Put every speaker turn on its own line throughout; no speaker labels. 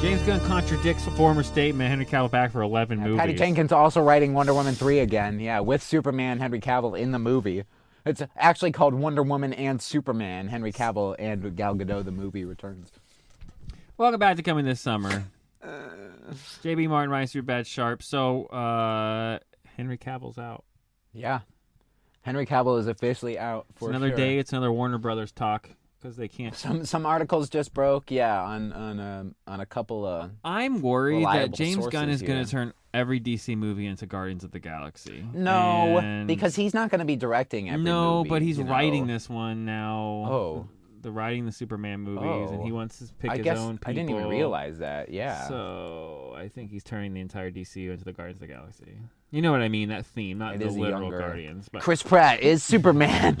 James Gunn contradicts a former statement. Henry Cavill back for 11 movies.
Patty Jenkins also writing Wonder Woman 3 again. Yeah, with Superman, Henry Cavill in the movie. It's actually called Wonder Woman and Superman, Henry Cavill and Gal Gadot, the movie returns.
Welcome back to coming this summer.
Uh.
JB Martin writes through Bad Sharp. So uh, Henry Cavill's out.
Yeah. Henry Cavill is officially out for
It's another
sure.
day. It's another Warner Brothers talk because they can't.
Some some articles just broke, yeah, on on um, on a couple of
I'm worried that
Reliable
James Gunn
sources
is going
here.
to turn every DC movie into Guardians of the Galaxy.
No,
And-
because he's not going to be directing every
no,
movie,
but he's
you know?
writing this one now.
Oh.
the writing the Superman movies, and
Oh.
he wants to pick
I
his
guess
own people.
I didn't even realize that. Yeah.
So I think he's turning the entire DCU into the Guardians of the Galaxy. You know what I mean? That theme, not
It
the
is a
literal
younger-
Guardians, but
Chris Pratt is Superman.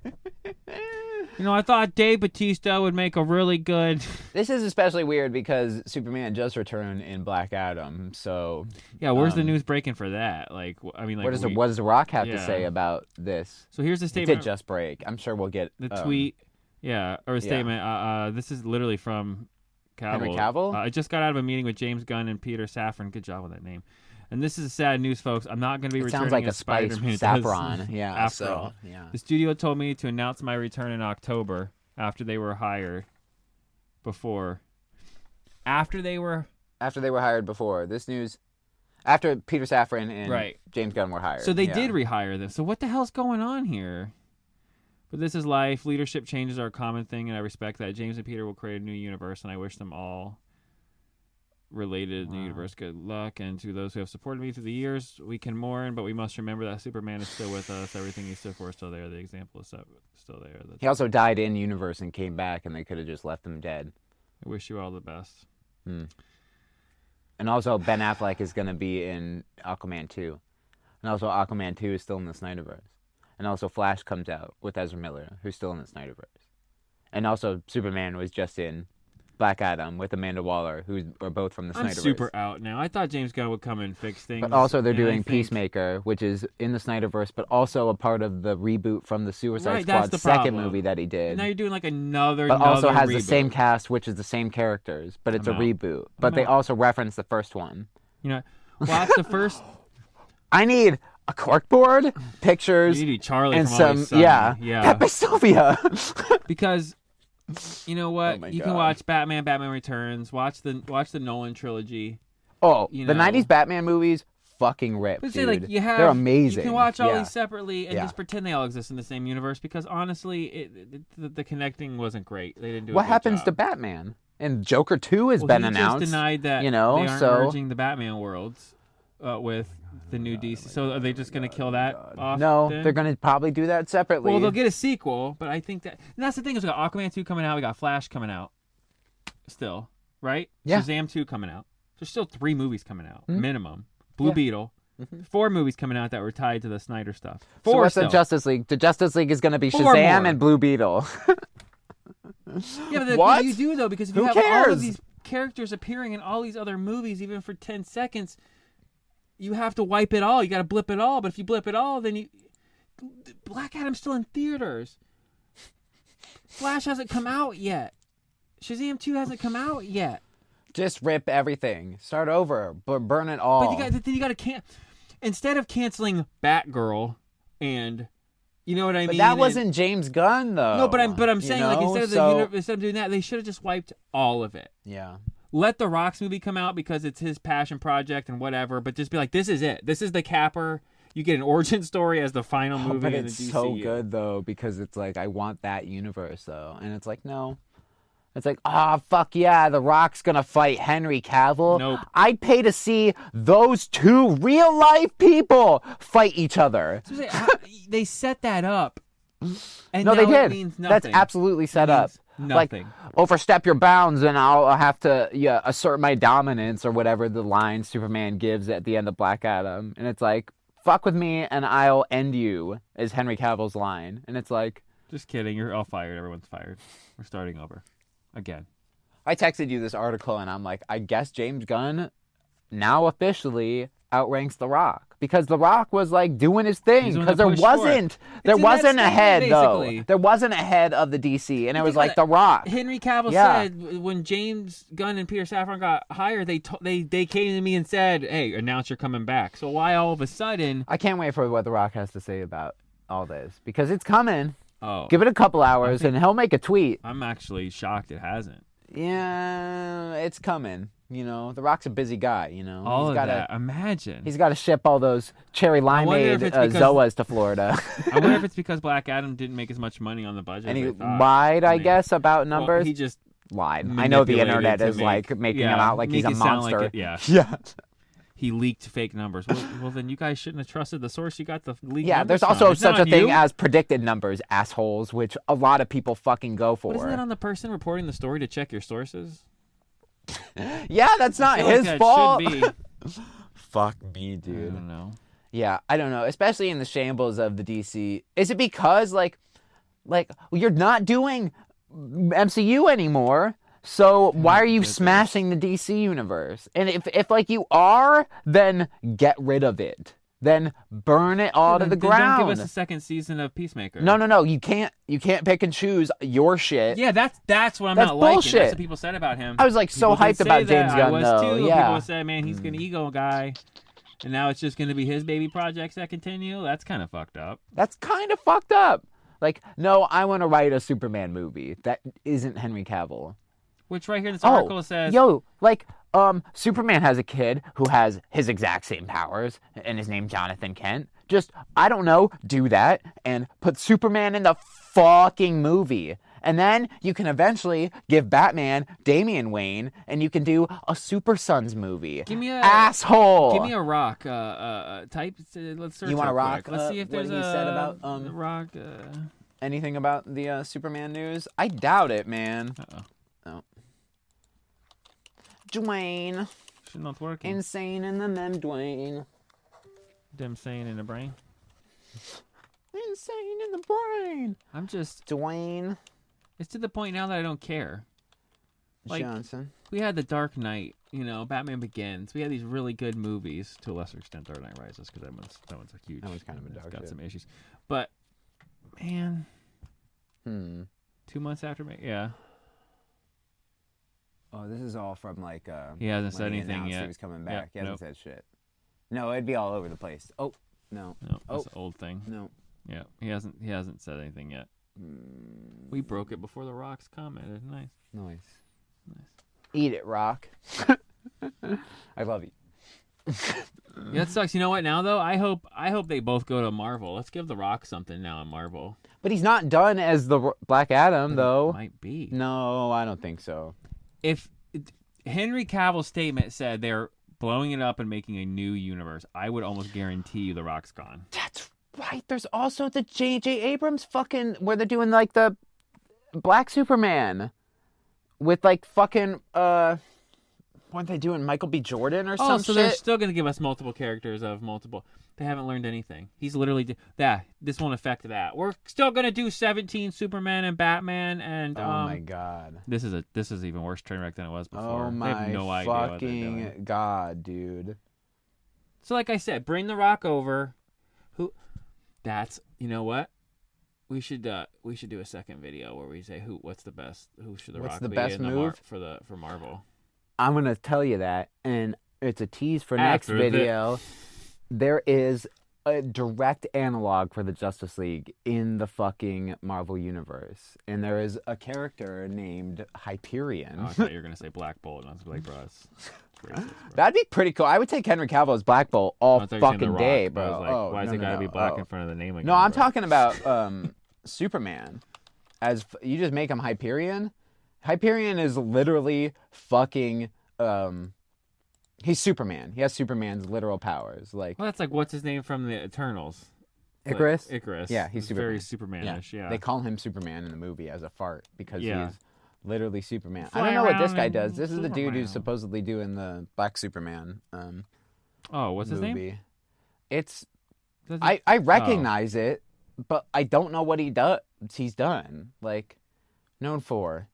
you know, I thought Dave Batista would make a really good.
this is especially weird because Superman does return in Black Adam. So
Yeah, where's the
Um,
news breaking for that? Like, wh- I mean, like,
what does the
we-
what does the Rock have to
yeah.
say about this?
So here's the
It
statement.
did just break. I'm sure we'll get
the
um,
tweet, yeah, or a
yeah.
statement. Uh, uh, this is literally from Cavill.
Henry Cavill?
Uh, I just got out of a meeting with James Gunn and Peter Safran. Good job with that name. And this is sad news, folks. I'm not going to be
It
returning
sounds like a
as
spice
Spider-Man. It does-
saffron. Yeah.
Afro.
So yeah.
The studio told me to announce my return in October after they were hired. Before, after they were
After they were hired before this news, after Peter Safran and
Right.
James Gunn were hired.
So they
yeah.
did rehire them. So what the hell's going on here? But this is life. Leadership changes are a common thing, and I respect that. James and Peter will create a new universe, and I wish them all related new universe good luck. And to those who have supported me through the years, we can mourn, but we must remember that Superman is still with us. Everything he stood for is still there. The example is so- still there. The-
He also died in universe and came back, and they could have just left him dead.
I wish you all the best.
And also, Ben Affleck is going to be in Aquaman 2. And also, Aquaman 2 is still in the Snyderverse. And also, Flash comes out with Ezra Miller, who's still in the Snyderverse. And also, Superman was just in Black Adam with Amanda Waller, who are both from the
I'm
Snyderverse.
super out now. I thought James Gunn would come and fix things.
But also, they're
and I
doing
think-
Peacemaker, which is in the Snyderverse, but also a part of the reboot from the Suicide
Right, that's
Squad
the
second
problem.
movie that he did.
Now you're doing like another.
but also
another
has the
reboot.
same cast, which is the same characters, but it's
I'm
a
out.
reboot. But
I'm
they
out.
also reference the first one.
You know, watch the first
I need a corkboard, pictures,
You need Charlie
and
from
some
Always Sunny.
yeah,
yeah.
Pepe Sylvia.
because you know what?
Oh my
you can
God.
watch Batman, Batman Returns, watch the watch the Nolan trilogy.
oh,
You
the
know.
'90s Batman movies, fucking rip,
But
dude.
say like you have
They're amazing.
You can watch all
yeah.
these separately and
Yeah.
just pretend they all exist in the same universe because honestly, it, it- the, the connecting wasn't great. They didn't do a
What
good
happens
job.
to Batman? And Joker Two has
Well,
been
he
announced.
Just denied that
you know,
they aren't
so-
merging the Batman worlds uh, with the new DC. So are they just going to kill that off?
no,
then?
they're gonna probably do that separately.
Well, they'll get a sequel, but I think that and that's the thing is we got Aquaman two coming out, we got Flash coming out, still, right?
Yeah. Mm-hmm.
Shazam two coming out. There's still three movies coming out minimum. Blue Beetle, four movies coming out that were tied to the Snyder stuff.
so
Four
what's the
still.
Justice League? The Justice League is gonna be
Four
Shazam
more.
and Blue Beetle.
yeah, but the
What?
thing you do though, because if you
Who
have all of
cares?
these characters appearing in all these other movies, even for ten seconds, you have to wipe it all. You got to blip it all. But if you blip it all, then you Black Adam's still in theaters. Flash hasn't come out yet. Shazam 2 hasn't come out yet.
Just rip everything. Start over. Bu- burn it all.
But you got, then you got to can instead of canceling Batgirl and you know what I
But
mean.
that
and-
wasn't James Gunn though.
no, but I'm but I'm
you
saying like
know?
instead of the
So-
uni- instead of doing that, they should have just wiped all of it.
yeah.
Let the Rocks movie come out because it's his passion project and whatever. But just be like, this is it. This is the capper. You get an origin story as the final
Oh,
movie
but
in
it's
the DCU.
so good though because it's like I want that universe though, and it's like no, it's like ah fuck yeah, The Rock's gonna fight Henry Cavill.
Nope.
I'd pay to see those two real life people fight each other.
So they- how- they set that up. And
No,
now
they did.
It means nothing.
That's absolutely set up.
means
Like
nothing.
overstep your bounds, and I'll, I'll have to yeah, assert my dominance or whatever the line Superman gives at the end of Black Adam, and it's like fuck with me and I'll end you is Henry Cavill's line, and it's like.
Just kidding. You're all fired. Everyone's fired. We're starting over again.
I texted you this article and I'm like, I guess James Gunn now officially outranks The Rock because The Rock was like doing his thing
He's the one
because
that
there
pushed for it.
wasn't there
in that
wasn't a
statement,
head
basically.
though there wasn't a head of the DC and it was
think
like The
about
Rock
Henry Cavill
Yeah.
said w- when James Gunn and Peter Safran got hired, they to- they they came to me and said, "Hey, announce you're coming back." So why all of a sudden?
I can't wait for what The Rock has to say about all this because it's coming
Oh,
give it a couple hours and he'll make a tweet
I'm actually shocked it hasn't.
yeah it's coming you know The Rock's a busy guy you know
All
he's
of
gotta
that. Imagine.
he's gotta ship all those cherry
wonder if
limeade
it's
uh,
because-
Zoas to Florida
I wonder if it's because Black Adam didn't make as much money on the budget.
and
as
he
they thought.
lied I
Uh, mean,
guess about
Well,
numbers
he just
lied. I know the
manipulated
internet
to
is
make-
like making
yeah,
him out like he's
make
a
it sound like
monster.
it- yeah.
Yeah.
he leaked fake numbers. Well, well, then you guys shouldn't have trusted the source. You got the leaked.
Yeah,
numbers
there's
from.
also
It's
such
not
a
on
thing
you.
as predicted numbers, assholes, which a lot of people fucking go for.
But isn't that on the person reporting the story to check your sources?
yeah, that's not
I feel like
his
that should
fault.
be.
Fuck me,
I
dude.
don't know.
Yeah, I don't know, especially in the shambles of the DC. Is it because like like you're not doing MCU anymore? So
Mm,
why are you
goodness.
smashing the DC universe? And if if like you are, then get rid of it. Then burn it all to
Then-
the
then
ground.
Don't give us a second season of Peacemaker.
No, no, no. You can't. You can't pick and choose your shit.
Yeah, that's that's what I'm
That's
not liking. That's
bullshit.
what people said about him.
I was like so
People did
hyped
say
about
that.
James
I
Gunn
was
though.
too.
yeah. Mm.
People said, man, he's gonna ego guy. And now it's just going to be his baby projects that continue. That's kind of fucked up.
That's kind of fucked up. Like, no, I want to write a Superman movie that isn't Henry Cavill.
Which right here, this
Oh,
article says,
yo, like, um, Superman has a kid who has his exact same powers, and his name Jonathan Kent. Just, I don't know, do that and put Superman in the fucking movie. And then you can eventually give Batman Damian Wayne, and you can do a Super Sons movie.
"Give me a
Asshole.
give me a rock." Uh, uh, uh, type. uh, Let's search.
You want a
real
rock,
quick. Let's
uh,
see if
what
there's
he
a
said about, um,
rock. Uh,
anything about the uh, Superman news? I doubt it, man.
Uh-oh.
Oh. Dwayne.
should not work.
Insane in the mem, Dwayne.
Them saying in the brain.
Insane in the brain.
I'm just.
Dwayne
It's to the point now that I don't care. Like-
Johnson.
we had the Dark Knight, you know, Batman Begins. We had these really good movies. To a lesser extent, Dark Knight Rises, because that one's that one's a huge.
That one's kind of a
it's
dog
Got
shit.
some issues, but man,
Hmm.
two months after, ma- yeah,
Oh, this is all from like. Uh,
he hasn't said
when he
anything
announced He
yet.
was coming
Yep,
back. he hasn't
nope.
said shit. No, it'd be all over the place. Oh, no.
No,
Oh.
that's an old thing.
No.
Yeah, he hasn't he hasn't said anything yet.
Mm,
We broke it before the Rock's commented. Nice,
noise.
nice.
Eat it, Rock. I love you.
Yeah, that sucks. You know what? Now though, I hope I hope they both go to Marvel. Let's give the Rock something now in Marvel.
But he's not done as the Ro- Black Adam, though.
Might be.
Oh. No, I don't think so.
if it- Henry Cavill's statement said they're blowing it up and making a new universe, I would almost guarantee you The Rock's gone.
That's right. There's also the J.J. Abrams fucking where they're doing like the Black Superman with like fucking uh, weren't they doing Michael B. Jordan or
Oh,
some
so they're
shit?
still going to give us multiple characters of multiple. They haven't learned anything. He's literally d- that. This won't affect that. We're still going to do 17 Superman and Batman and
oh
um.
my god.
This is a this is even worse train wreck than it was before.
Oh
they
my
have no idea what they're
fucking
doing.
god, dude.
So like I said, bring The Rock over. Who? That's you know what. We should uh, we should do a second video where we say who what's the best who should the
What's
Rock
the
be
best
in the Mar-
move?
for the for Marvel.
I'm gonna tell you that, and it's a tease for next
After the-
video. There is a direct analog for the Justice League in the fucking Marvel universe, and there is a character named Hyperion.
Oh, I thought you were gonna say Black Bolt, and I was like, bro, that's racist, bro.
That'd be pretty cool. I would take Henry Cavill as Black Bolt all
I thought you were saying The
fucking
Rock,
day,
but I
bro.
was like,
oh,
why
no,
is it
no,
gotta
no.
be black
Oh.
in front of the name again?
No, I'm
bro?
talking about um, Superman. As f- you just make him Hyperion. Hyperion is literally fucking. Um, he's Superman. He has Superman's literal powers. Like
Well, that's like what's his name from the Eternals? Like,
Icarus.
Icarus.
Yeah, he's
It's very Supermanish. Yeah.
They call him Superman in the movie as a fart because
Yeah.
he's literally Superman. I
Fly
don't know what this
around
guy
in
does. This is the dude
Superman.
who's supposedly doing the Black Superman um,
oh, what's his
movie.
name?
It's
Doesn't-
I, I recognize it, but I don't know what he does. He's done like known for.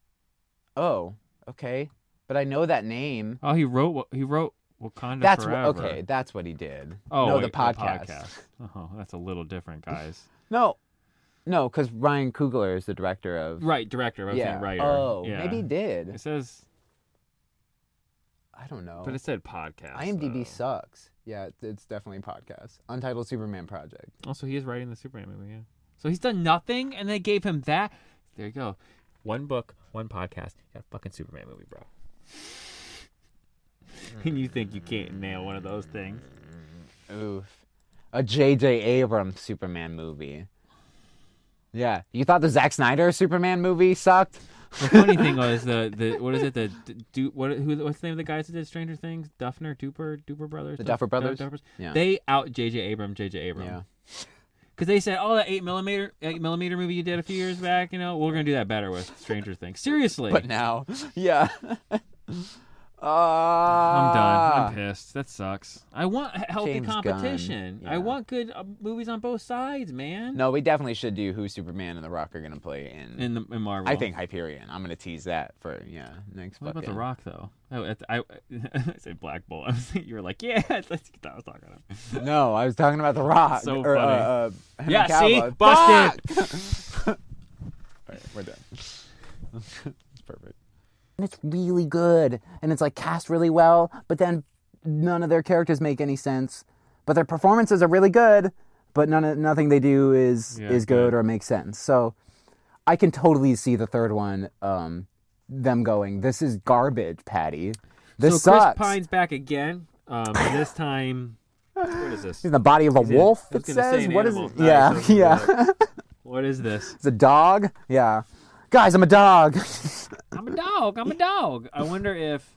Oh, okay, but I know that name.
Oh, he wrote. He wrote. Wakanda
That's
forever.
what, okay. That's what he did.
Oh,
no,
wait,
the podcast.
Oh, that's a little different, guys.
No, no, because Ryan Coogler is the director of.
right, director. I was
yeah.
saying writer.
Oh,
yeah.
maybe he
It
did.
says,
I don't know.
but it said podcast.
IMDb
though.
sucks. Yeah, it's, it's definitely podcast. Untitled Superman Project.
Also, Oh, he is writing the Superman movie. Yeah. So he's done nothing, and they gave him that. There you go. One book, one podcast. You got a fucking Superman movie, bro. and you think you can't nail one of those things?
Oof. A J.J. Abrams Superman movie. Yeah, you thought the Zack Snyder Superman movie sucked?
The funny thing was the the what is it the d- do what who what's the name of the guys that did Stranger Things? Duffner, Duper, Duper Brothers.
The
Duff-
Duffer Brothers?
Duffers.
Yeah.
They out JJ Abram, JJ Abram.
Yeah.
Because they said, "Oh, that eight millimeter, eight millimeter movie you did a few years back, you know, we're gonna do that better with Stranger Things." Seriously,
But now, yeah. uh,
I'm done.
I'm
I'm pissed. That sucks. I want he- healthy
Ah. James Gunn,
competition. I
yeah.
want good uh, movies on both sides, man.
No, we definitely should do who Superman and the Rock are gonna play in.
In the in Marvel,
I think Hyperion. I'm gonna tease that for yeah next.
What about
fucking-
the Rock though? Oh, at- I, I, said Black Bull. I was thinking- you were like, yeah, that's what I was talking about.
No, I was talking about the Rock.
So
or, uh,
funny.
uh, Henry
Yeah, see?
Cavill.
Busted.
Fuck! All right, we're done. it's perfect. And it's really good, and it's like cast really well, but then none of their characters make any sense. But their performances are really good, but none of, nothing they do is
Yeah,
is good or makes sense. So I can totally see the third one, um, them going, "This is garbage, Patty. This
so
sucks."
Chris Pine's back again. Um, this time, what is this?
He's in the body of a
in-
wolf.
I was
It
gonna say
says,
an
"What is
animal.
it?"
No,
yeah,
it's a-
yeah.
What is this?
It's a dog. Yeah. Guys, I'm a dog.
I'm a dog. I'm a dog. I wonder if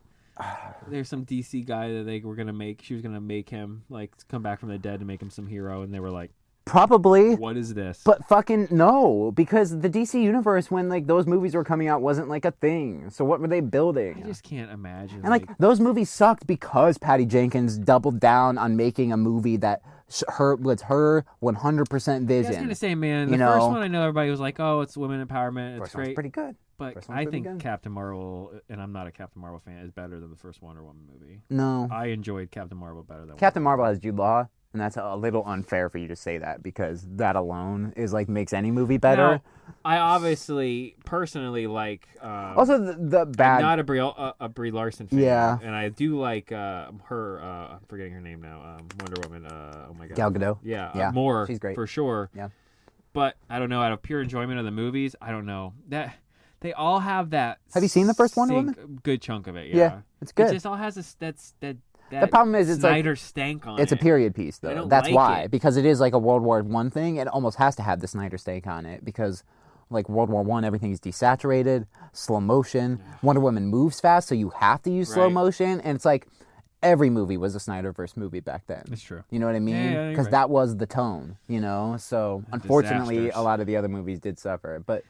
there's some DC guy that they were gonna make. She was gonna make him like come back from the dead to make him some hero, and they were like,
Probably.
"What is this?"
But fucking no, because the DC universe when like those movies were coming out wasn't like a thing. So what were they building?
I just can't imagine.
and like those movies sucked because Patty Jenkins doubled down on making a movie that sh- her was her
I
100%
was
vision.
gonna say, man, the
you
first
know-
one I know everybody was like, "Oh, it's women empowerment. It's
First one's
great."
pretty good.
but
first one's
I
pretty
think
good.
Captain Marvel, and I'm not a Captain Marvel fan, is better than the first Wonder Woman movie.
No.
I enjoyed Captain Marvel better than
Captain
Wonder
Marvel has Jude Law, and that's a little unfair for you to say that because that alone is like makes any movie better.
Now, I obviously personally like. Um,
Oh. also the, the bad
I'm not a Brie, a, a Brie Larson fan.
Yeah.
And I do like uh, her, uh, I'm forgetting her name now, um, Wonder Woman. Uh, oh my God.
Gal Gadot.
yeah, uh,
Yeah,
more.
she's great.
For sure.
Yeah.
But I don't know, out of pure enjoyment of the movies, I don't know. that They all have that.
Have you seen the first Wonder
sink- Good chunk of it, yeah.
Yeah, it's good.
It just all has this, that's, that, that
problem is it's like-
Snyder stank on
It's a
it.
period piece,
I
though.
don't
That's
like
why,
it.
because it is like a World War One thing. It almost has to have the Snyder stake on it because, like World War One, everything's desaturated, slow motion. Wonder Woman moves fast, so you have to use slow
Right.
motion, and it's like every movie was a Snyderverse movie back then.
It's true.
You know what
yeah,
I mean?
you're
Because
right.
that was the tone, you know. So unfortunately,
Disasters.
a lot of the other movies did suffer, but